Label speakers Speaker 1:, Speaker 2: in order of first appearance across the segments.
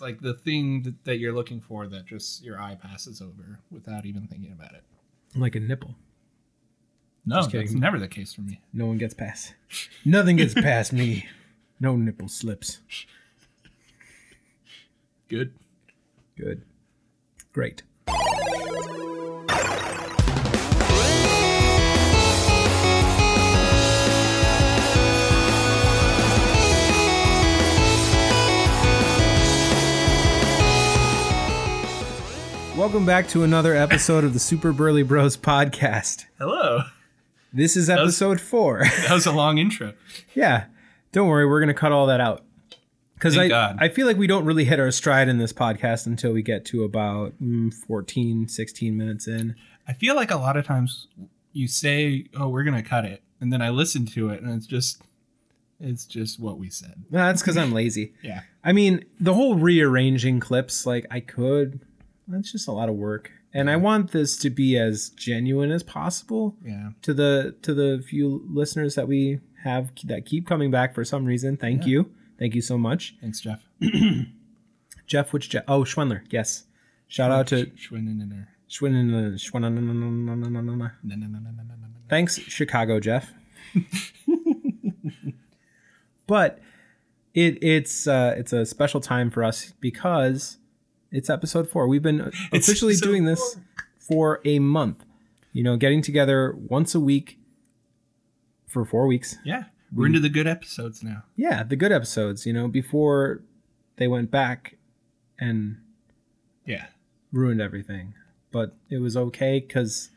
Speaker 1: like the thing that, that you're looking for that just your eye passes over without even thinking about it.
Speaker 2: like a nipple.
Speaker 1: No,
Speaker 2: Just kidding.
Speaker 1: that's never the case for me.
Speaker 2: No one gets past. Nothing gets past me. No nipple slips.
Speaker 1: Good.
Speaker 2: Good. Great. Welcome back to another episode of the Super Burly Bros podcast.
Speaker 1: Hello.
Speaker 2: This is episode four.
Speaker 1: That was a long intro.
Speaker 2: yeah. Don't worry, we're going to cut all that out. Because
Speaker 1: Thank
Speaker 2: I,
Speaker 1: God.
Speaker 2: I feel like we don't really hit our stride in this podcast until we get to about mm, 14, 16 minutes in.
Speaker 1: I feel like a lot of times you say, "Oh, we're gonna cut it," and then I listen to it, and it's just, it's just what we said.
Speaker 2: No, that's because I'm lazy.
Speaker 1: Yeah.
Speaker 2: I mean, the whole rearranging clips, like I could, that's just a lot of work. And I want this to be as genuine as possible
Speaker 1: Yeah.
Speaker 2: to the to the few listeners that we have that keep coming back for some reason. Thank you. Thank you so much.
Speaker 1: Thanks, Jeff.
Speaker 2: Jeff, which Jeff? Oh, Schwendler. Yes. Shout out to
Speaker 1: Sh- Schwinnener.
Speaker 2: Schwinn. Schwinn.
Speaker 1: No, no, no, no, no, no, no, no.
Speaker 2: Thanks, Chicago Jeff. but it it's uh, it's a special time for us because it's episode four. We've been
Speaker 1: It's
Speaker 2: officially
Speaker 1: episode
Speaker 2: doing this for a month. You know, getting together once a week for four weeks.
Speaker 1: Yeah, we're into the good episodes now.
Speaker 2: Yeah, the good episodes. You know, before they went back and
Speaker 1: Yeah.
Speaker 2: ruined everything, but it was okay because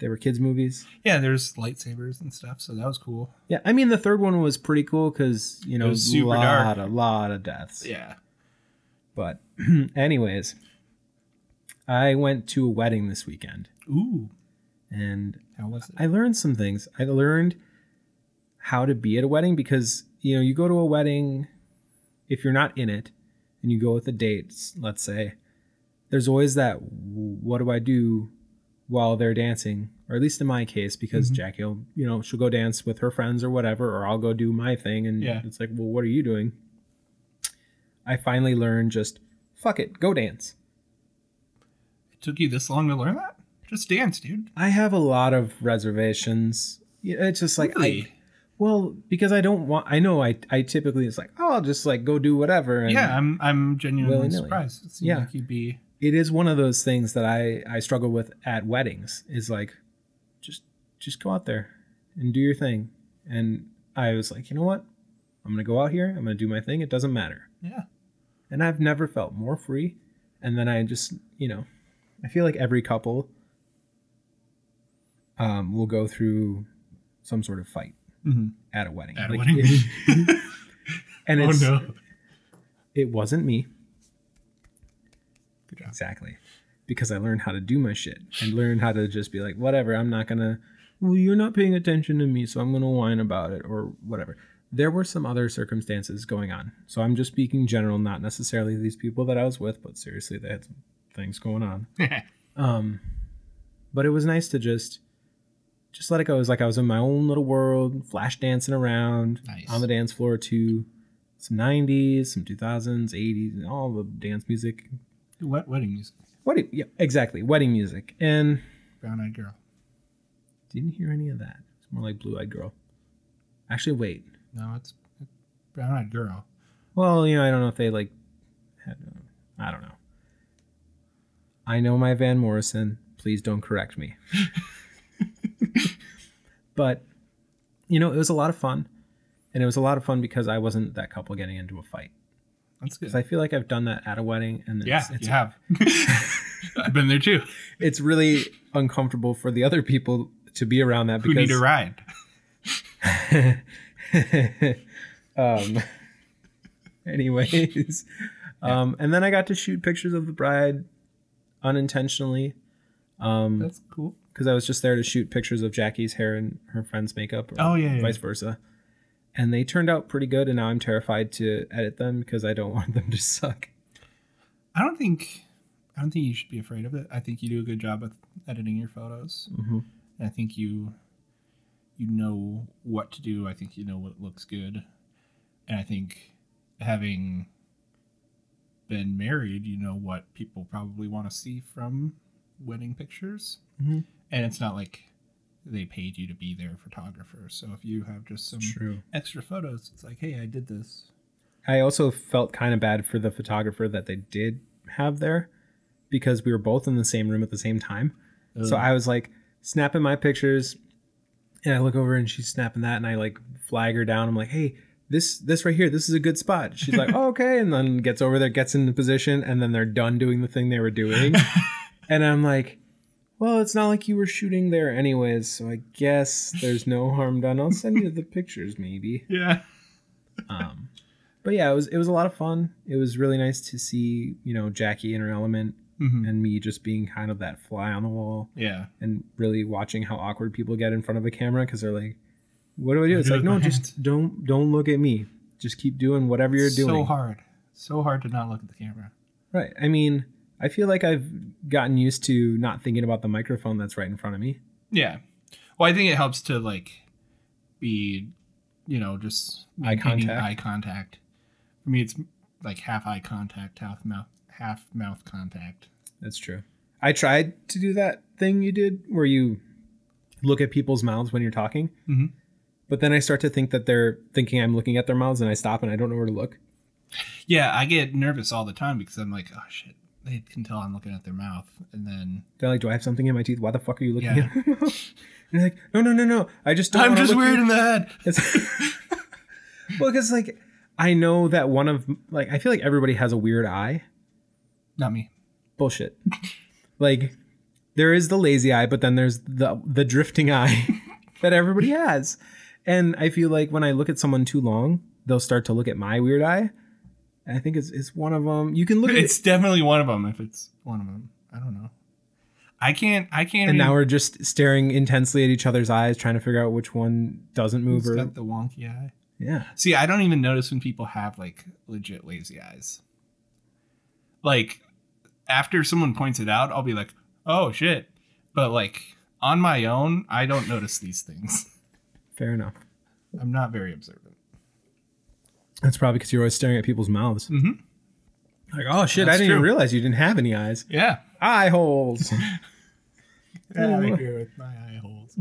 Speaker 2: they were kids' movies.
Speaker 1: Yeah, there's lightsabers and stuff, so that was cool.
Speaker 2: Yeah, I mean the third one was pretty cool because you know
Speaker 1: It was super
Speaker 2: lot,
Speaker 1: dark.
Speaker 2: a lot of deaths.
Speaker 1: Yeah.
Speaker 2: But anyways, I went to a wedding this weekend
Speaker 1: Ooh,
Speaker 2: and
Speaker 1: how was it?
Speaker 2: I learned some things. I learned how to be at a wedding because you know you go to a wedding if you're not in it and you go with a date, s- let's say. There's always that "W- what do I do while they're dancing, or at least in my case, because
Speaker 1: Mm-hmm.
Speaker 2: Jackie will you know she'll go dance with her friends or whatever, or I'll go do my thing, and
Speaker 1: Yeah.
Speaker 2: it's like, well, what are you doing? I finally learned just fuck it, go dance.
Speaker 1: It took you this long to learn that? Just dance, dude.
Speaker 2: I have a lot of reservations. Yeah, It's just like I,
Speaker 1: Really?
Speaker 2: Well, because I don't want. I know I I typically it's like oh I'll just like go do whatever. And
Speaker 1: yeah, I'm I'm genuinely
Speaker 2: Willy-nilly.
Speaker 1: surprised. It seemed
Speaker 2: Yeah.
Speaker 1: like you'd be
Speaker 2: it is one of those things that I I struggle with at weddings. Is like, just just go out there and do your thing. And I was like, you know what, I'm gonna go out here. I'm gonna do my thing. It doesn't matter.
Speaker 1: yeah.
Speaker 2: And I've never felt more free. And then I just you know, I feel like every couple um will go through some sort of fight
Speaker 1: Mm-hmm.
Speaker 2: at a wedding.
Speaker 1: At a
Speaker 2: Like,
Speaker 1: wedding.
Speaker 2: it- and
Speaker 1: oh
Speaker 2: it's
Speaker 1: no.
Speaker 2: it wasn't me.
Speaker 1: Good job.
Speaker 2: Exactly. Because I learned how to do my shit and learned how to just be like, whatever, I'm not gonna, well, you're not paying attention to me, so I'm gonna whine about it or whatever. There were some other circumstances going on. So I'm just speaking general, not necessarily these people that I was with, but seriously, they had some things going on. Um, but it was nice to just, just let it go. It was like I was in my own little world, flash dancing around
Speaker 1: Nice.
Speaker 2: on the dance floor to some 90s, some 2000s, 80s, and all the dance music
Speaker 1: what wedding music?
Speaker 2: what? Yeah, exactly. Wedding music, and
Speaker 1: Brown eyed girl.
Speaker 2: didn't hear any of that. It's more like Blue Eyed Girl. Actually, wait.
Speaker 1: No, it's brown eyed girl.
Speaker 2: Well, you know, I don't know if they like. Had, uh, I don't know. I know my Van Morrison. Please don't correct me. but, you know, it was a lot of fun, and it was a lot of fun because I wasn't that couple getting into a fight.
Speaker 1: That's good.
Speaker 2: 'Cause I feel like I've done that at a wedding, and
Speaker 1: yeah,
Speaker 2: it's, it's,
Speaker 1: you have. I've been there too.
Speaker 2: it's really uncomfortable for the other people to be around that
Speaker 1: Who
Speaker 2: because
Speaker 1: need a ride?
Speaker 2: um, anyways, um, and then I got to shoot pictures of the bride unintentionally um,
Speaker 1: That's cool.
Speaker 2: because I was just there to shoot pictures of Jackie's hair and her friend's makeup, or
Speaker 1: Oh, yeah, yeah,
Speaker 2: vice versa. And they turned out pretty good, and now I'm terrified to edit them because I don't want them to suck.
Speaker 1: I don't think I don't think you should be afraid of it. I think you do a good job with editing your photos.
Speaker 2: Mhm.
Speaker 1: I think you you know what to do. I think you know what looks good. And I think having been married, you know what people probably want to see from wedding pictures.
Speaker 2: Mhm.
Speaker 1: And it's not like they paid you to be their photographer. So if you have just some
Speaker 2: True.
Speaker 1: extra photos, it's like, hey, I did this.
Speaker 2: I also felt kind of bad for the photographer that they did have there because we were both in the same room at the same time. So I was like snapping my pictures and I look over and she's snapping that and I like flag her down. I'm like, hey, this this right here, this is a good spot. She's like, oh, okay, and then gets over there, gets into position, and then they're done doing the thing they were doing. and I'm like, well, it's not like you were shooting there anyways, so I guess there's no harm done. I'll send you the pictures maybe
Speaker 1: yeah.
Speaker 2: um, but yeah, it was it was a lot of fun. It was really nice to see you know Jackie in her element
Speaker 1: Mhm.
Speaker 2: and me just being kind of that fly on the wall
Speaker 1: Yeah.
Speaker 2: and really watching how awkward people get in front of a camera because they're like, "What do I do?"
Speaker 1: I
Speaker 2: It's
Speaker 1: do
Speaker 2: like,
Speaker 1: it with
Speaker 2: no,
Speaker 1: my
Speaker 2: just don't don't look at me. Just keep doing whatever you're doing.
Speaker 1: So hard. So hard to not look at the camera.
Speaker 2: Right. I mean, I feel like I've gotten used to not thinking about the microphone that's right in front of me.
Speaker 1: Yeah. Well, I think it helps to like be, you know, just
Speaker 2: Eye
Speaker 1: maintaining
Speaker 2: contact.
Speaker 1: Eye contact. For me, it's like half eye contact, half mouth, half mouth contact.
Speaker 2: That's true. I tried to do that thing you did where you look at people's mouths when you're talking.
Speaker 1: Mhm.
Speaker 2: But then I start to think that they're thinking I'm looking at their mouths and I stop and I don't know where to look.
Speaker 1: Yeah, I get nervous all the time because I'm like, oh shit, they can tell I'm looking at their mouth, and then
Speaker 2: They're like, Do I have something in my teeth? Why the fuck are you looking
Speaker 1: Yeah.
Speaker 2: at my mouth? And they're like, No, no, no, no. I just don't
Speaker 1: "Oh, I'm
Speaker 2: wanna
Speaker 1: just
Speaker 2: look
Speaker 1: weird in the head.
Speaker 2: It's- well, because like I know that one of like I feel like everybody has a weird eye.
Speaker 1: Not me.
Speaker 2: Bullshit. like there is the lazy eye, but then there's the the drifting eye that everybody has. And I feel like when I look at someone too long, they'll start to look at my weird eye. And I think it's, it's one of them. You can look at
Speaker 1: It's
Speaker 2: it,
Speaker 1: definitely one of them. If it's one of them, I don't know. I can't. I can't.
Speaker 2: and now we're just staring intensely at each other's eyes, trying to figure out which one doesn't move
Speaker 1: it's
Speaker 2: or
Speaker 1: got the wonky eye.
Speaker 2: yeah.
Speaker 1: See, I don't even notice when people have like legit lazy eyes. Like after someone points it out, I'll be like, "Oh shit." But like on my own, I don't notice these things.
Speaker 2: Fair enough.
Speaker 1: I'm not very observant.
Speaker 2: That's probably because you're always staring at people's mouths.
Speaker 1: Mhm.
Speaker 2: Like, oh shit, I
Speaker 1: That's
Speaker 2: didn't even
Speaker 1: true.
Speaker 2: realize you didn't have any eyes.
Speaker 1: Yeah.
Speaker 2: Eye holes.
Speaker 1: Get out
Speaker 2: Ooh.
Speaker 1: of here with my eye holes.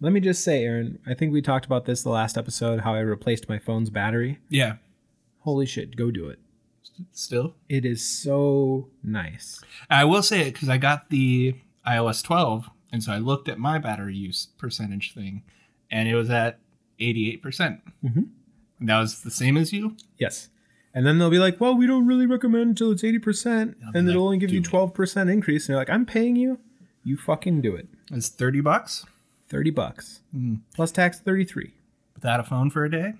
Speaker 2: Let me just say, Aaron, I think we talked about this the last episode how I replaced my phone's battery.
Speaker 1: Yeah.
Speaker 2: Holy shit, go do it.
Speaker 1: Still,
Speaker 2: It is so nice.
Speaker 1: I will say it because I got the iOS 12, and so I looked at my battery use percentage thing, and it was at 88%. percent
Speaker 2: Mhm.
Speaker 1: And that was the same as you.
Speaker 2: Yes. And then they'll be like, well, we don't really recommend until it's 80%,
Speaker 1: I'll be
Speaker 2: and
Speaker 1: like,
Speaker 2: it'll only give you
Speaker 1: do it.
Speaker 2: 12% increase. And you're like, I'm paying you. You fucking do it.
Speaker 1: It's 30 bucks
Speaker 2: 30 bucks.
Speaker 1: Mm.
Speaker 2: Plus tax, 33.
Speaker 1: without a phone for a day.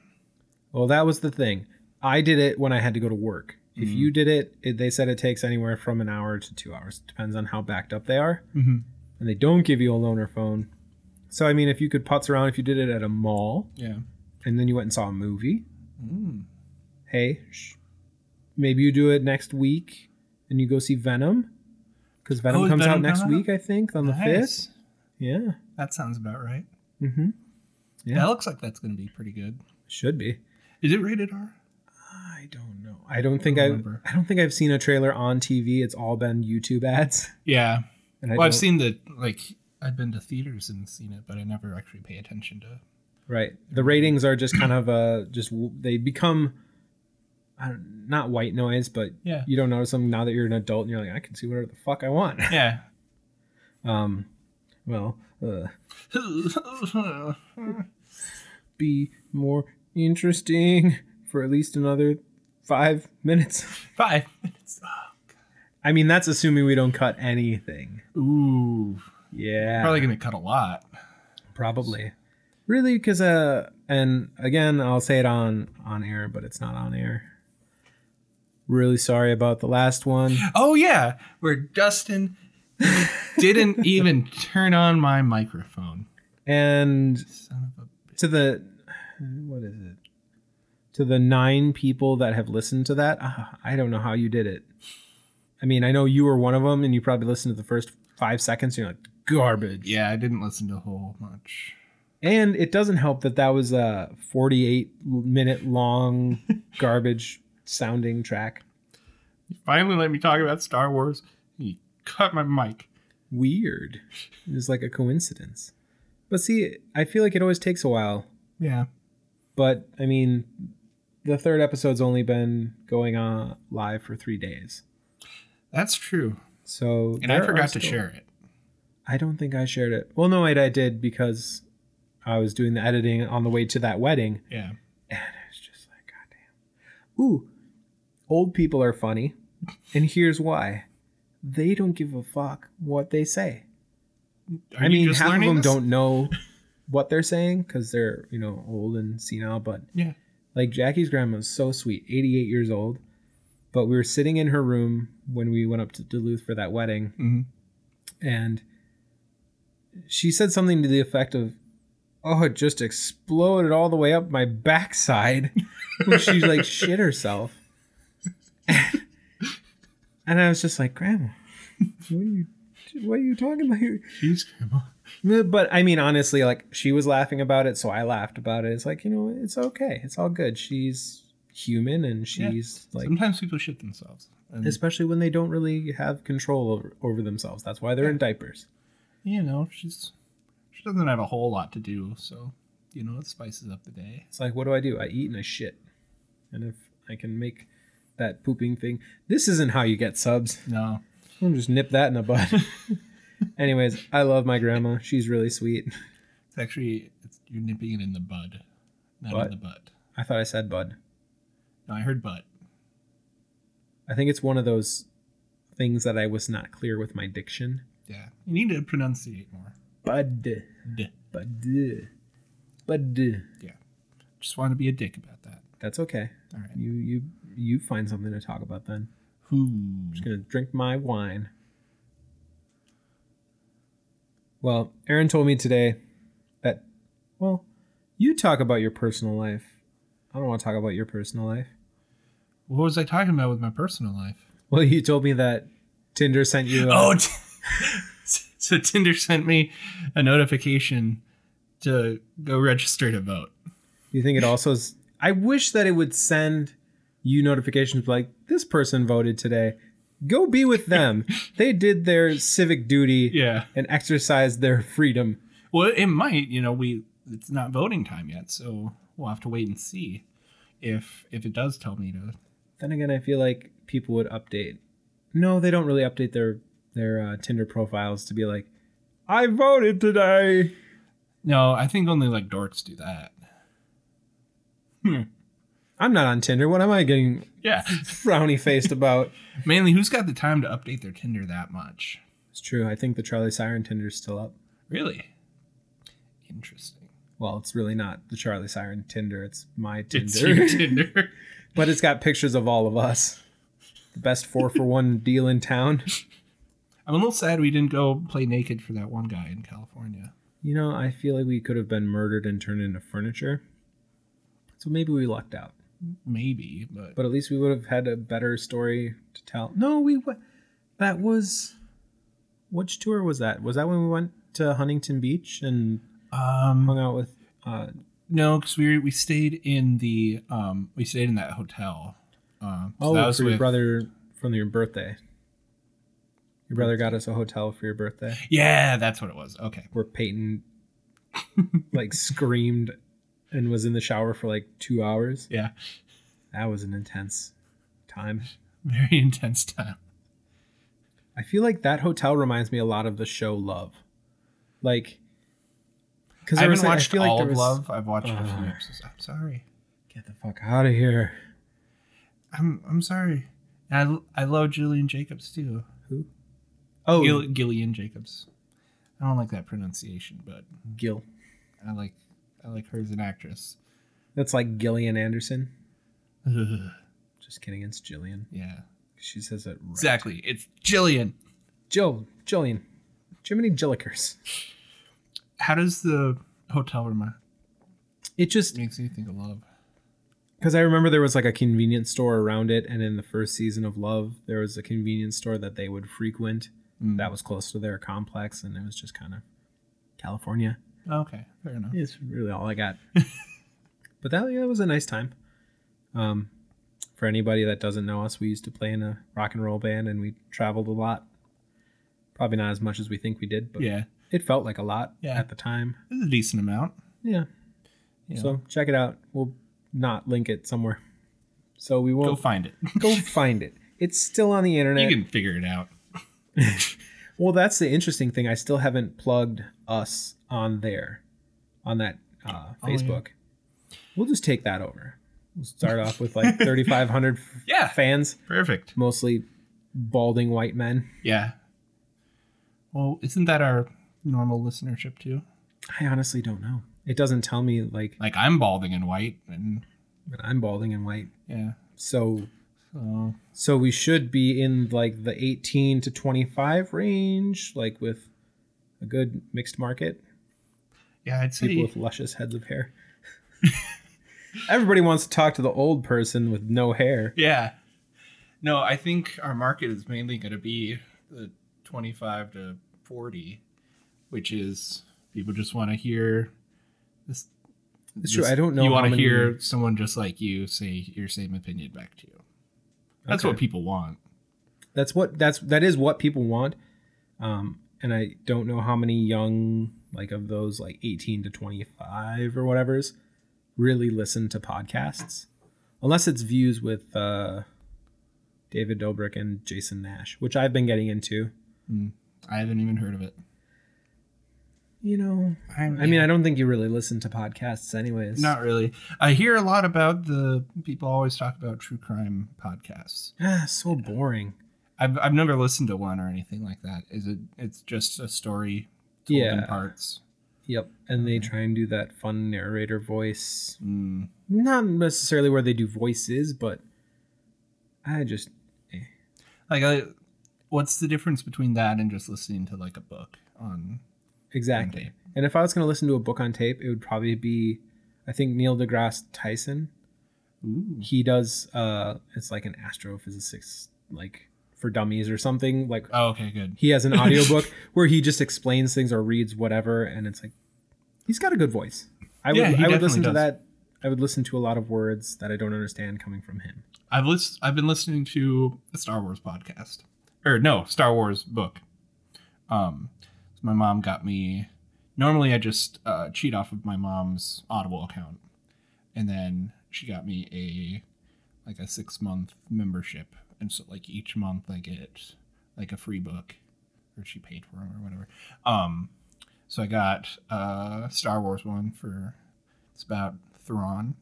Speaker 2: Well, that was the thing. I did it when I had to go to work. If you did it, it, they said it takes anywhere from an hour to two hours. Depends on how backed up they are.
Speaker 1: Mhm.
Speaker 2: And they don't give you a loaner phone. So, I mean, if you could putz around, if you did it at a mall
Speaker 1: Yeah.
Speaker 2: and then you went and saw a movie,
Speaker 1: Mm.
Speaker 2: hey, sh- maybe you do it next week and you go see Venom. Because Venom
Speaker 1: Oh, is
Speaker 2: comes out
Speaker 1: Venom
Speaker 2: next
Speaker 1: coming out?
Speaker 2: week, I think, on
Speaker 1: Nice.
Speaker 2: the 5th. Yeah.
Speaker 1: That sounds about right.
Speaker 2: Mm-hmm. Yeah.
Speaker 1: That looks like that's going to be pretty good.
Speaker 2: Should be.
Speaker 1: Is it rated R?
Speaker 2: I don't know. I don't think I. I
Speaker 1: remember.
Speaker 2: don't think I've seen a trailer on TV. It's all been YouTube ads.
Speaker 1: Yeah.
Speaker 2: And I
Speaker 1: Well, Oh, I've
Speaker 2: don't-
Speaker 1: seen the like. I've been to theaters and seen it, but I never actually pay attention to.
Speaker 2: Right. The ratings are just kind of uh just w- they become I don't, not white noise, but
Speaker 1: Yeah.
Speaker 2: you don't notice them now that you're an adult and you're like I can see whatever the fuck I want.
Speaker 1: Yeah.
Speaker 2: Um well, uh, be more interesting for at least another 5 minutes.
Speaker 1: Five.
Speaker 2: I mean, that's assuming we don't cut anything.
Speaker 1: Ooh.
Speaker 2: Yeah.
Speaker 1: Probably going to cut a lot.
Speaker 2: Probably. Really, because uh, and again, I'll say it on on air, but it's not on air. Really sorry about the last one.
Speaker 1: Oh yeah, where Dustin didn't even turn on my microphone.
Speaker 2: And
Speaker 1: Son of a.
Speaker 2: to the what is it? To the nine people that have listened to that, ah, I don't know how you did it. I mean, I know you were one of them, and you probably listened to the first five seconds. And you're like garbage.
Speaker 1: Yeah, I didn't listen to a whole much.
Speaker 2: And it doesn't help that that was a 48 minute long garbage sounding track.
Speaker 1: You finally let me talk about Star Wars. You cut my mic.
Speaker 2: Weird. It was like a coincidence. But see, I feel like it always takes a while.
Speaker 1: Yeah.
Speaker 2: But I mean, the third episode's only been going on live for three days.
Speaker 1: That's true.
Speaker 2: So
Speaker 1: And I
Speaker 2: there are
Speaker 1: forgot to
Speaker 2: still-
Speaker 1: share it.
Speaker 2: I don't think I shared it. Well, no, wait, I did because I was doing the editing on the way to that wedding,
Speaker 1: Yeah.
Speaker 2: and it was just like, goddamn. Ooh, old people are funny, and here's why: they don't give a fuck what they say.
Speaker 1: Are
Speaker 2: I
Speaker 1: you
Speaker 2: mean,
Speaker 1: just
Speaker 2: half of
Speaker 1: learning
Speaker 2: them
Speaker 1: this?
Speaker 2: don't know what they're saying because they're you know old and senile. But
Speaker 1: Yeah.
Speaker 2: like Jackie's grandma's so sweet, 88 years old. But we were sitting in her room when we went up to Duluth for that wedding,
Speaker 1: Mhm.
Speaker 2: and she said something to the effect of, "Oh, it just exploded all the way up my backside." when she like shit herself, and I was just like, "Grandma, what are you, what are you talking about?" here?"
Speaker 1: Jeez, Grandma.
Speaker 2: But I mean, honestly, like she was laughing about it, so I laughed about it. It's like you know, it's okay, it's all good. She's human, and
Speaker 1: Yeah.
Speaker 2: she's like,
Speaker 1: Sometimes people shit themselves. And,
Speaker 2: especially when they don't really have control over, over themselves. That's why they're in diapers.
Speaker 1: you know, she's she doesn't have a whole lot to do, so you know, it spices up the day.
Speaker 2: It's like, what do I do? I eat and I shit, and if I can make that pooping thing, this isn't how you get subs.
Speaker 1: No.
Speaker 2: I'm just nip that in the bud. Anyways, I love my grandma. She's really sweet.
Speaker 1: It's actually it's, you're nipping it in the bud. Not
Speaker 2: Butt?
Speaker 1: in the butt.
Speaker 2: I thought I said bud.
Speaker 1: No, I heard butt.
Speaker 2: I think it's one of those things that I was not clear with my diction.
Speaker 1: Yeah. You need to pronunciate more.
Speaker 2: Bud.
Speaker 1: D.
Speaker 2: Bud. Bud.
Speaker 1: Just want to be a dick about that.
Speaker 2: That's okay.
Speaker 1: All right.
Speaker 2: You you you find something to talk about then.
Speaker 1: Who?
Speaker 2: just gonna drink my wine. Well, Aaron told me today that well, you talk about your personal life. I don't want to talk about your personal life.
Speaker 1: What was I talking about with my personal life?
Speaker 2: Well, you told me that Tinder sent you. uh, a-
Speaker 1: Oh, t- so Tinder sent me a notification to go register to vote.
Speaker 2: You think it also? Is, I wish that it would send you notifications like this person voted today. Go be with them. they did their civic duty
Speaker 1: Yeah.
Speaker 2: and exercised their freedom.
Speaker 1: Well, it might. You know, we it's not voting time yet, so we'll have to wait and see if if it does tell me to.
Speaker 2: Then again, I feel like people would update. No, they don't really update their their uh, Tinder profiles to be like, "I voted today."
Speaker 1: No, I think only like dorks do that. Hmm.
Speaker 2: I'm not on Tinder. What am I getting
Speaker 1: Yeah.
Speaker 2: frowny faced about?
Speaker 1: Mainly, who's got the time to update their Tinder that much?
Speaker 2: It's true. I think the Charlie Siren Tinder's still up.
Speaker 1: Really? Interesting.
Speaker 2: Well, it's really not the Charlie Siren Tinder. It's my
Speaker 1: It's
Speaker 2: Tinder,
Speaker 1: your Tinder.
Speaker 2: but it's got pictures of all of us. The best four for one deal in town.
Speaker 1: I'm a little sad we didn't go play naked for that one guy in California.
Speaker 2: You know, I feel like we could have been murdered and turned into furniture. So maybe we lucked out.
Speaker 1: Maybe, but
Speaker 2: but at least we would have had a better story to tell. No, we wa- that was which tour was that? Was that when we went to Huntington Beach and
Speaker 1: um,
Speaker 2: hung out with? Uh,
Speaker 1: no, because we we stayed in the um we stayed in that hotel. Um, so
Speaker 2: oh,
Speaker 1: that was
Speaker 2: for your
Speaker 1: with,
Speaker 2: brother from your birthday. Your brother got us a hotel for your birthday,
Speaker 1: yeah, that's what it was. Okay,
Speaker 2: where Peyton like screamed and was in the shower for like two hours.
Speaker 1: yeah,
Speaker 2: That was an intense time.
Speaker 1: very intense time.
Speaker 2: I feel like that hotel reminds me a lot of the show Love, like because
Speaker 1: I haven't watched all of
Speaker 2: was, Oh.
Speaker 1: Love. I've watched a few
Speaker 2: Ugh.
Speaker 1: episodes. I'm sorry.
Speaker 2: Get the fuck out of here.
Speaker 1: I'm I'm sorry. And I I love Julian Jacobs too.
Speaker 2: Who? Oh,
Speaker 1: Gil, Gillian Jacobs. I don't like that pronunciation, but
Speaker 2: Gil.
Speaker 1: I like I like her as an actress.
Speaker 2: That's like Gillian Anderson.
Speaker 1: Ugh,
Speaker 2: Just kidding, it's Jillian.
Speaker 1: yeah,
Speaker 2: She says it right.
Speaker 1: exactly. It's Jillian.
Speaker 2: Jill, Jillian, Jiminy Jillikers.
Speaker 1: How does the hotel room
Speaker 2: It just
Speaker 1: makes you think of love?
Speaker 2: because I remember there was like a convenience store around it, and in the first season of Love, there was a convenience store that
Speaker 1: Mm.
Speaker 2: they would frequent that was close to their complex, and it was just kind of California.
Speaker 1: Okay, fair enough.
Speaker 2: It's really all I got. but that, yeah, that was a nice time. Um, for anybody that doesn't know us, we used to play in a rock and roll band and we traveled a lot. Probably not as much as we think we did, but
Speaker 1: Yeah,
Speaker 2: it felt like a lot
Speaker 1: Yeah.
Speaker 2: at the time.
Speaker 1: it's a decent amount.
Speaker 2: Yeah.
Speaker 1: you know.
Speaker 2: So check it out. We'll not link it somewhere. So we
Speaker 1: go
Speaker 2: won't
Speaker 1: find it.
Speaker 2: go find it. It's still on the internet.
Speaker 1: you can figure it out.
Speaker 2: Well, that's the interesting thing. I still haven't plugged us on there, on that uh,
Speaker 1: Oh, yeah.
Speaker 2: Facebook. We'll just take that over. We'll start off with like 3,500 f-
Speaker 1: Yeah.
Speaker 2: fans,
Speaker 1: Perfect.
Speaker 2: mostly balding white men.
Speaker 1: Yeah. Well, isn't that our normal listenership too?
Speaker 2: I honestly don't know. It doesn't tell me like
Speaker 1: Like I'm balding and white, and
Speaker 2: but I'm balding and white.
Speaker 1: yeah.
Speaker 2: So
Speaker 1: So
Speaker 2: so we should be in like the 18 to 25 range, like with a good mixed market.
Speaker 1: yeah, I'd
Speaker 2: people
Speaker 1: say
Speaker 2: with luscious heads of hair. Everybody wants to talk to the old person with no hair.
Speaker 1: yeah. No, I think our market is mainly going to be the 25 to 40, which is people just want to hear this.
Speaker 2: It's true.
Speaker 1: this-
Speaker 2: I don't know.
Speaker 1: You
Speaker 2: how
Speaker 1: want to
Speaker 2: many-
Speaker 1: hear someone just like you say your same opinion back to you. That's
Speaker 2: Okay.
Speaker 1: what people want.
Speaker 2: That's what. That's that is what people want. Um, and I don't know how many young, like of those, like eighteen to twenty-five or whatever's, really listen to podcasts, unless it's views with uh, David Dobrik and Jason Nash, which I've been getting into.
Speaker 1: I haven't even heard of it.
Speaker 2: You know,
Speaker 1: I'm,
Speaker 2: I mean, I don't think you really listen to podcasts, anyways.
Speaker 1: Not really. I hear a lot about the people always talk about true crime podcasts.
Speaker 2: Ah, so boring.
Speaker 1: I've I've never listened to one or anything like that. Is it? It's just a story told in
Speaker 2: Yeah.
Speaker 1: parts.
Speaker 2: Yep. And
Speaker 1: Um,
Speaker 2: they try and do that fun narrator voice.
Speaker 1: Mm.
Speaker 2: Not necessarily where they do voices, but I just
Speaker 1: Like, I, what's the difference between that and just listening to like a book on?
Speaker 2: exactly.
Speaker 1: Okay.
Speaker 2: And if I was going to listen to a book on tape, it would probably be I think Neil deGrasse Tyson.
Speaker 1: Ooh.
Speaker 2: He does uh it's like an astrophysicist like for dummies or something like
Speaker 1: Oh, okay, good.
Speaker 2: he has an audiobook where he just explains things or reads whatever and it's like he's got a good voice. I would
Speaker 1: Yeah, he
Speaker 2: I would
Speaker 1: definitely
Speaker 2: listen to
Speaker 1: does.
Speaker 2: that. I would listen to a lot of words that I don't understand coming from him.
Speaker 1: I've list, I've been listening to a Star Wars podcast, or no, Star Wars book. Um, so my mom got me. Normally, I just uh, cheat off of my mom's Audible account, and then she got me a like a six month membership, and so like each month I get like a free book, or she paid for them or whatever. Um, so I got uh Star Wars one for it's about Thrawn,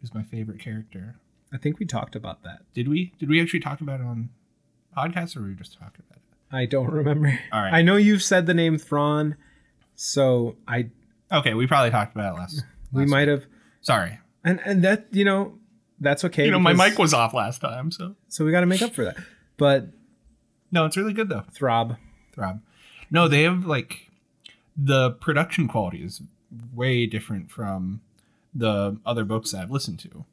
Speaker 1: who's my favorite character.
Speaker 2: I think we talked about that.
Speaker 1: Did we? Did we actually talk about it on podcast, or were we just talking about it?
Speaker 2: I don't remember.
Speaker 1: All right.
Speaker 2: I know you've said the name Thrawn, so I
Speaker 1: Okay, we probably talked about it last. last
Speaker 2: we might have
Speaker 1: Sorry,
Speaker 2: and and that you know that's okay.
Speaker 1: you know my
Speaker 2: because-
Speaker 1: mic was off last time, so
Speaker 2: so we got to make up for that. But
Speaker 1: no, it's really good though.
Speaker 2: Throb,
Speaker 1: Throb. No, they have like the production quality is way different from the other books that I've listened to.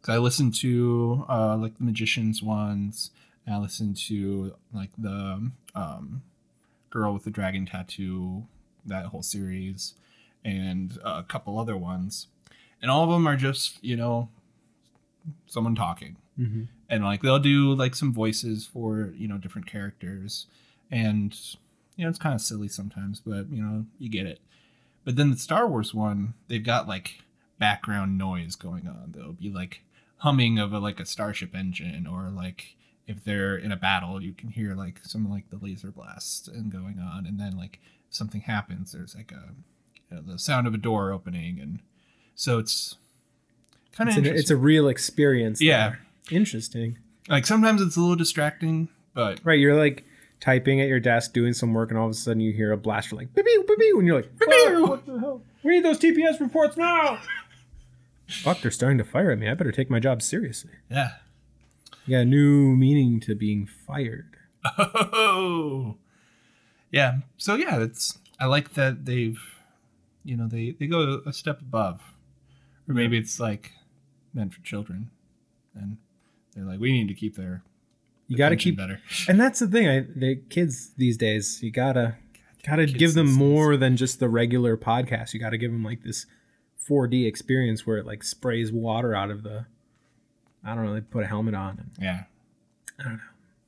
Speaker 1: Because I listened to uh, like the Magician's ones, and I listened to like the um, Girl with the Dragon Tattoo, that whole series, and uh, a couple other ones. And all of them are just, you know, someone talking and like they'll do like some voices for you know different characters and you know it's kind of silly sometimes but you know you get it but then the star wars one they've got like background noise going on there'll be like humming of a, like a starship engine or like if they're in a battle you can hear like some like the laser blasts and going on and then like if something happens there's like a you know, the sound of a door opening and so it's kind of
Speaker 2: it's, an, it's a real experience.
Speaker 1: Yeah.
Speaker 2: there. interesting.
Speaker 1: like sometimes it's a little distracting but
Speaker 2: Right, you're like typing at your desk doing some work, and all of a sudden you hear a blaster like beep beep beep, beep and you're like "Fuck, what the hell? Read those TPS reports now. Fuck, they're starting to fire at me. I better take my job seriously.
Speaker 1: yeah
Speaker 2: Yeah, new meaning to being fired.
Speaker 1: Oh, yeah. So yeah, it's I like that they've, you know, they they go a step above, or maybe it's like meant for children, and they're like, we need to keep their
Speaker 2: You got to
Speaker 1: attention
Speaker 2: keep,
Speaker 1: better.
Speaker 2: and that's the thing. I the kids these days, you gotta Got to
Speaker 1: Kids
Speaker 2: give them
Speaker 1: listens.
Speaker 2: more than just the regular podcast. You got to give them like this 4D experience where it like sprays water out of the. I don't know. They put a helmet on. And
Speaker 1: Yeah.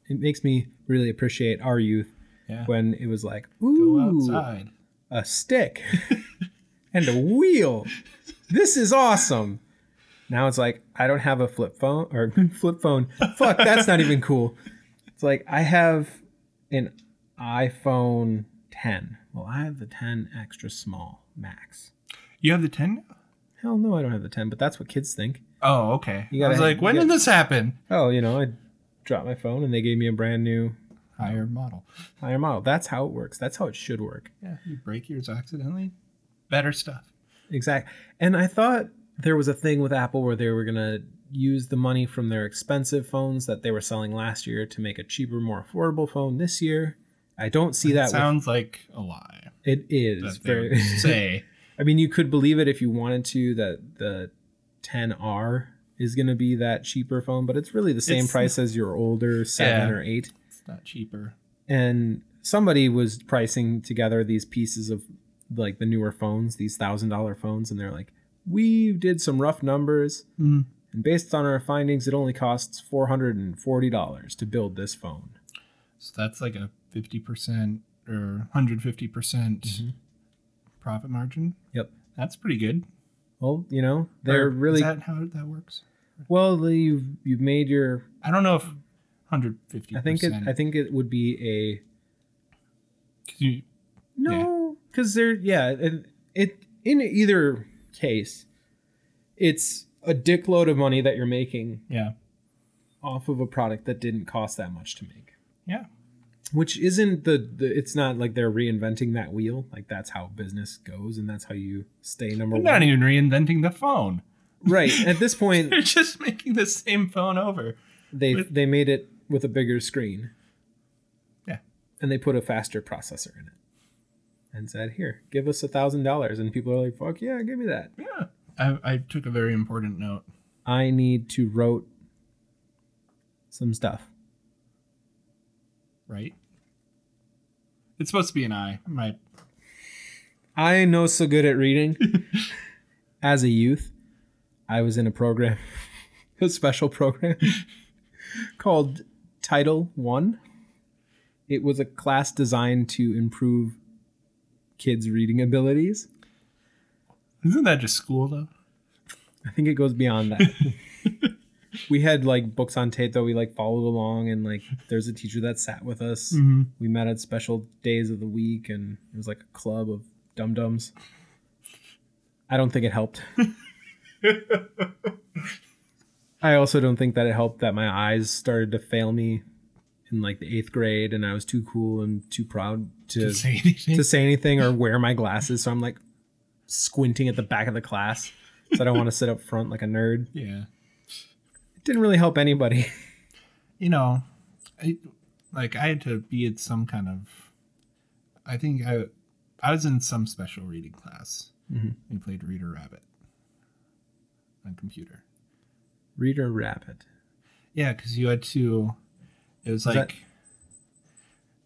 Speaker 2: it makes me really appreciate our youth
Speaker 1: Yeah.
Speaker 2: when it was like,
Speaker 1: Go
Speaker 2: ooh,
Speaker 1: outside.
Speaker 2: a stick and a wheel. This is awesome. Now it's like I don't have a flip phone or flip phone. Fuck, that's not even cool. It's like I have an iPhone 10. Well, I have the 10 extra small max.
Speaker 1: You have the 10?
Speaker 2: Hell no, I don't have the 10, but that's what kids think.
Speaker 1: Oh, okay.
Speaker 2: You
Speaker 1: I was
Speaker 2: gotta-
Speaker 1: like,
Speaker 2: you
Speaker 1: when
Speaker 2: gotta-
Speaker 1: did this happen?
Speaker 2: Oh, you know, I dropped my phone and they gave me a brand new
Speaker 1: Higher model.
Speaker 2: higher model. That's how it works. That's how it should work.
Speaker 1: Yeah. You break yours accidentally. Better stuff.
Speaker 2: Exactly. And I thought there was a thing with Apple where they were going to use the money from their expensive phones that they were selling last year to make a cheaper, more affordable phone this year. I don't see that.
Speaker 1: That sounds like a lie.
Speaker 2: with, it is
Speaker 1: That they
Speaker 2: very.
Speaker 1: would say.
Speaker 2: I mean, you could believe it if you wanted to that the 10R is going to be that cheaper phone, but it's really the same
Speaker 1: It's-
Speaker 2: price as your older 7
Speaker 1: Yeah.
Speaker 2: or 8
Speaker 1: It's not cheaper.
Speaker 2: and somebody was pricing together these pieces of like the newer phones, these thousand dollar phones, and they're like, we did some rough numbers,
Speaker 1: Mm.
Speaker 2: and based on our findings, it only costs four hundred and forty dollars to build this phone.
Speaker 1: So that's like a 50% or 150% percent profit margin.
Speaker 2: Mm-hmm. Yep.
Speaker 1: That's pretty good.
Speaker 2: Well, you know, they're
Speaker 1: Or
Speaker 2: really
Speaker 1: Is that how that works?
Speaker 2: well. You've you've made your.
Speaker 1: I don't know if 150%.
Speaker 2: I think it. I think it would be a
Speaker 1: 'Cause you-
Speaker 2: No, because they're yeah. It, it in either case, it's a dickload of money that you're making
Speaker 1: yeah.
Speaker 2: off of a product that didn't cost that much to make.
Speaker 1: Yeah.
Speaker 2: Which isn't the, the it's not like they're reinventing that wheel. Like that's how business goes and that's how you stay number
Speaker 1: They're
Speaker 2: one.
Speaker 1: not even reinventing the phone.
Speaker 2: right. At this point,
Speaker 1: They're just making the same phone over.
Speaker 2: they they made it with a bigger screen.
Speaker 1: Yeah.
Speaker 2: And they put a faster processor in it. And said, Here, give us a thousand dollars. And people are like, Fuck yeah, give me that.
Speaker 1: Yeah. I, I took a very important note.
Speaker 2: I need to wrote some stuff.
Speaker 1: right? It's supposed to be an I. My
Speaker 2: I ain't no so good at reading. As a youth, I was in a program, a special program called Title One. It was a class designed to improve kids' reading abilities.
Speaker 1: isn't that just school though?
Speaker 2: I think it goes beyond that. we had like books on tape that we like followed along, and like there's a teacher that sat with us.
Speaker 1: Mm-hmm.
Speaker 2: we met at special days of the week and it was like a club of dum dums. I don't think it helped. I also don't think that it helped that my eyes started to fail me in like the eighth grade and I was too cool and too proud to,
Speaker 1: To say anything.
Speaker 2: to say anything or wear my glasses. So I'm like squinting at the back of the class. So I don't want to sit up front like a nerd.
Speaker 1: yeah.
Speaker 2: It didn't really help anybody.
Speaker 1: You know, I like I had to be at some kind of. I think I, I was in some special reading class.
Speaker 2: Mhm.
Speaker 1: We played Reader Rabbit. On computer.
Speaker 2: Reader Rabbit.
Speaker 1: Yeah, because you had to. It was,
Speaker 2: Was
Speaker 1: like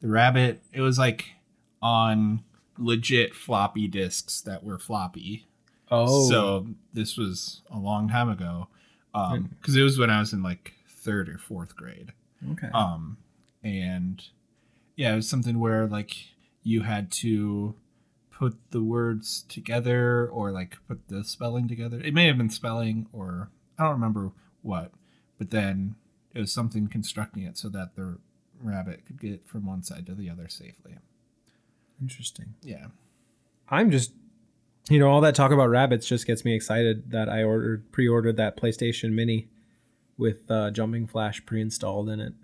Speaker 1: the rabbit. It was like on legit floppy disks that were floppy.
Speaker 2: Oh,
Speaker 1: So this was a long time ago, because it was when I was in like third or fourth grade.
Speaker 2: okay.
Speaker 1: Um, and yeah, it was something where like you had to put the words together or like put the spelling together. It may have been spelling or I don't remember what, but then it was something constructing it so that the rabbit could get from one side to the other safely.
Speaker 2: Interesting.
Speaker 1: Yeah.
Speaker 2: I'm just, you know, all that talk about rabbits just gets me excited that I ordered pre-ordered that PlayStation Mini with uh, Jumping Flash pre-installed in it.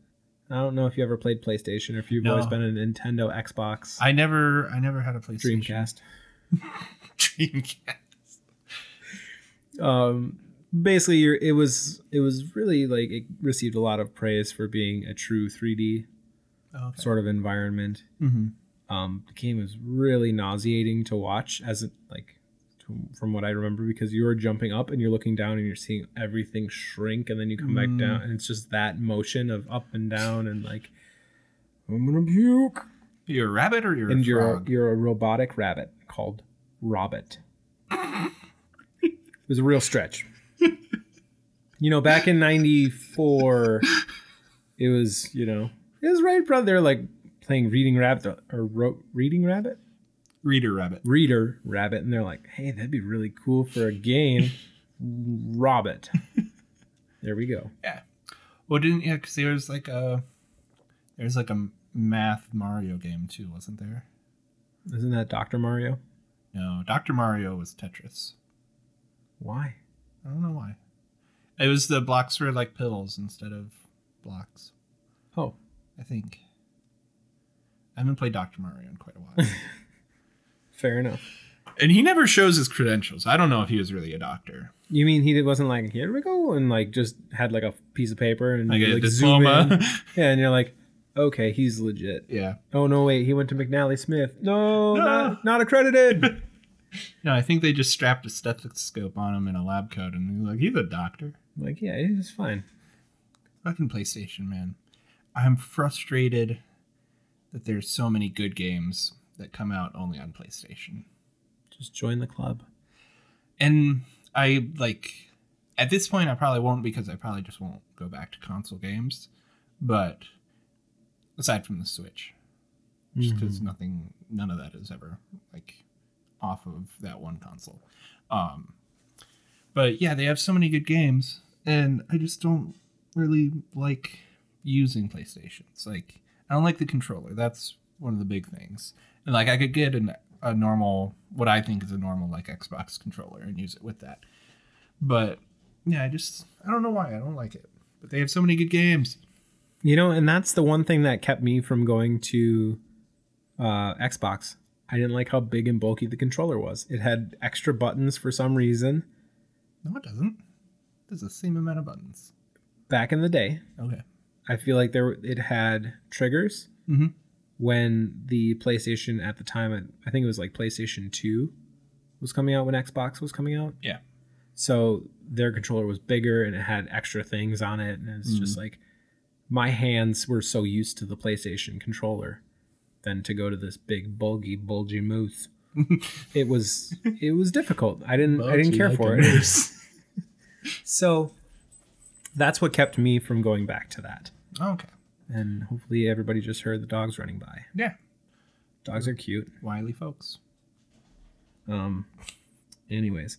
Speaker 2: I don't know if you ever played PlayStation or if you've
Speaker 1: No.
Speaker 2: always been a Nintendo, Xbox,
Speaker 1: I never I never had a PlayStation
Speaker 2: Dreamcast.
Speaker 1: Dreamcast.
Speaker 2: Um, basically, you're, it was it was really like it received a lot of praise for being a true 3D
Speaker 1: Oh, okay.
Speaker 2: sort of environment.
Speaker 1: Mm-hmm.
Speaker 2: um, the game is really nauseating to watch as it like to, from what i remember because you're jumping up and you're looking down and you're seeing everything shrink and then you come
Speaker 1: Mm.
Speaker 2: back down and it's just that motion of up and down and like i'm gonna puke
Speaker 1: You're a rabbit or you're
Speaker 2: and
Speaker 1: a
Speaker 2: you're
Speaker 1: frog?
Speaker 2: a, you're a robotic rabbit called Robbit. it was a real stretch. you know, back in '94, it was you know it was right, brother. They're like playing Reading Rabbit or ro- Reading Rabbit,
Speaker 1: Reader rabbit.
Speaker 2: Reader Rabbit, and they're like, hey, that'd be really cool for a game, Robbit. there we go.
Speaker 1: Well, didn't yeah? Because there was like a there's like a math Mario game too, wasn't there?
Speaker 2: Isn't that Doctor Mario?
Speaker 1: No, Doctor Mario was Tetris.
Speaker 2: Why?
Speaker 1: I don't know why. It was the blocks were like pills instead of blocks.
Speaker 2: Oh,
Speaker 1: I think. I haven't played Doctor Mario in quite a while,
Speaker 2: fair enough.
Speaker 1: and he never shows his credentials. I don't know if he was really a doctor.
Speaker 2: You mean he wasn't like here we go and like just had like a piece of paper and
Speaker 1: Like
Speaker 2: you,
Speaker 1: a
Speaker 2: zoom in.
Speaker 1: diploma.
Speaker 2: Yeah, and you're like, okay, he's legit.
Speaker 1: yeah.
Speaker 2: Oh no, wait, he went to McNally Smith. No,
Speaker 1: No.
Speaker 2: Not, not accredited.
Speaker 1: No, I think they just strapped a stethoscope on him in a lab coat, and he's like, he's a doctor.
Speaker 2: like, yeah, he's fine.
Speaker 1: Fucking PlayStation, man. I'm frustrated that there's so many good games that come out only on PlayStation.
Speaker 2: Just join the club.
Speaker 1: And I like at this point I probably won't because I probably just won't go back to console games. But aside from the Switch, just because nothing, none of that is ever like off of that one console. Um, but yeah, they have so many good games, and I just don't really like using PlayStations. Like, I don't like the controller. That's one of the big things. And like, I could get an, a normal, what I think is a normal like Xbox controller and use it with that. But yeah, I just, I don't know why I don't like it. But they have so many good games.
Speaker 2: You know, and that's the one thing that kept me from going to uh, Xbox. I didn't like how big and bulky the controller was. It had extra buttons for some reason
Speaker 1: No, it doesn't. There's the same amount of buttons.
Speaker 2: back in the day.
Speaker 1: Okay.
Speaker 2: I feel like there it had triggers
Speaker 1: Mhm.
Speaker 2: when the PlayStation at the time I think it was like PlayStation 2 was coming out when Xbox was coming out.
Speaker 1: Yeah.
Speaker 2: So their controller was bigger and it had extra things on it and it's just like my hands were so used to the PlayStation controller than to go to this big bulgy bulgy moose. it was it was difficult. I didn't I didn't care for it. So that's what kept me from going back to that
Speaker 1: okay.
Speaker 2: and hopefully everybody just heard the dogs running by.
Speaker 1: Yeah.
Speaker 2: Dogs are cute.
Speaker 1: Wiley folks.
Speaker 2: Um, anyways,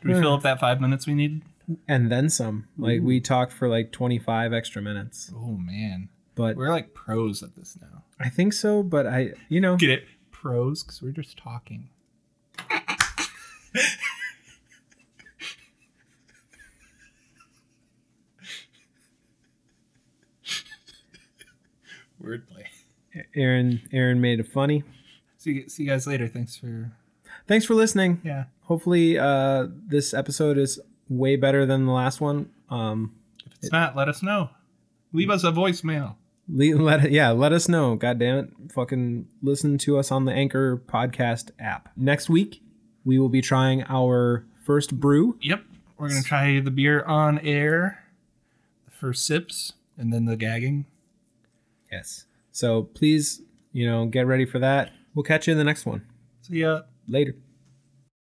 Speaker 1: Did we fill up that five minutes we needed?
Speaker 2: and then some. Like we talked for like 25 extra minutes,
Speaker 1: Oh man.
Speaker 2: but
Speaker 1: We're like pros at this now.
Speaker 2: I think so. But I, you know,
Speaker 1: Get it? Pros, because we're just talking. Wordplay.
Speaker 2: Aaron, Aaron made it funny.
Speaker 1: See, you- see you guys later. Thanks for
Speaker 2: Thanks for listening.
Speaker 1: yeah.
Speaker 2: Hopefully, uh, this episode is way better than the last one. Um,
Speaker 1: If it's not, let us know. Leave us a voicemail.
Speaker 2: le- let yeah, let us know. God damn it, fucking listen to us on the Anchor podcast app. Next week, we will be trying our first brew.
Speaker 1: Yep. We're gonna try the beer on air for sips and then the gagging.
Speaker 2: Yes. So please, you know, get ready for that. We'll catch you in the next one.
Speaker 1: See ya.
Speaker 2: Later.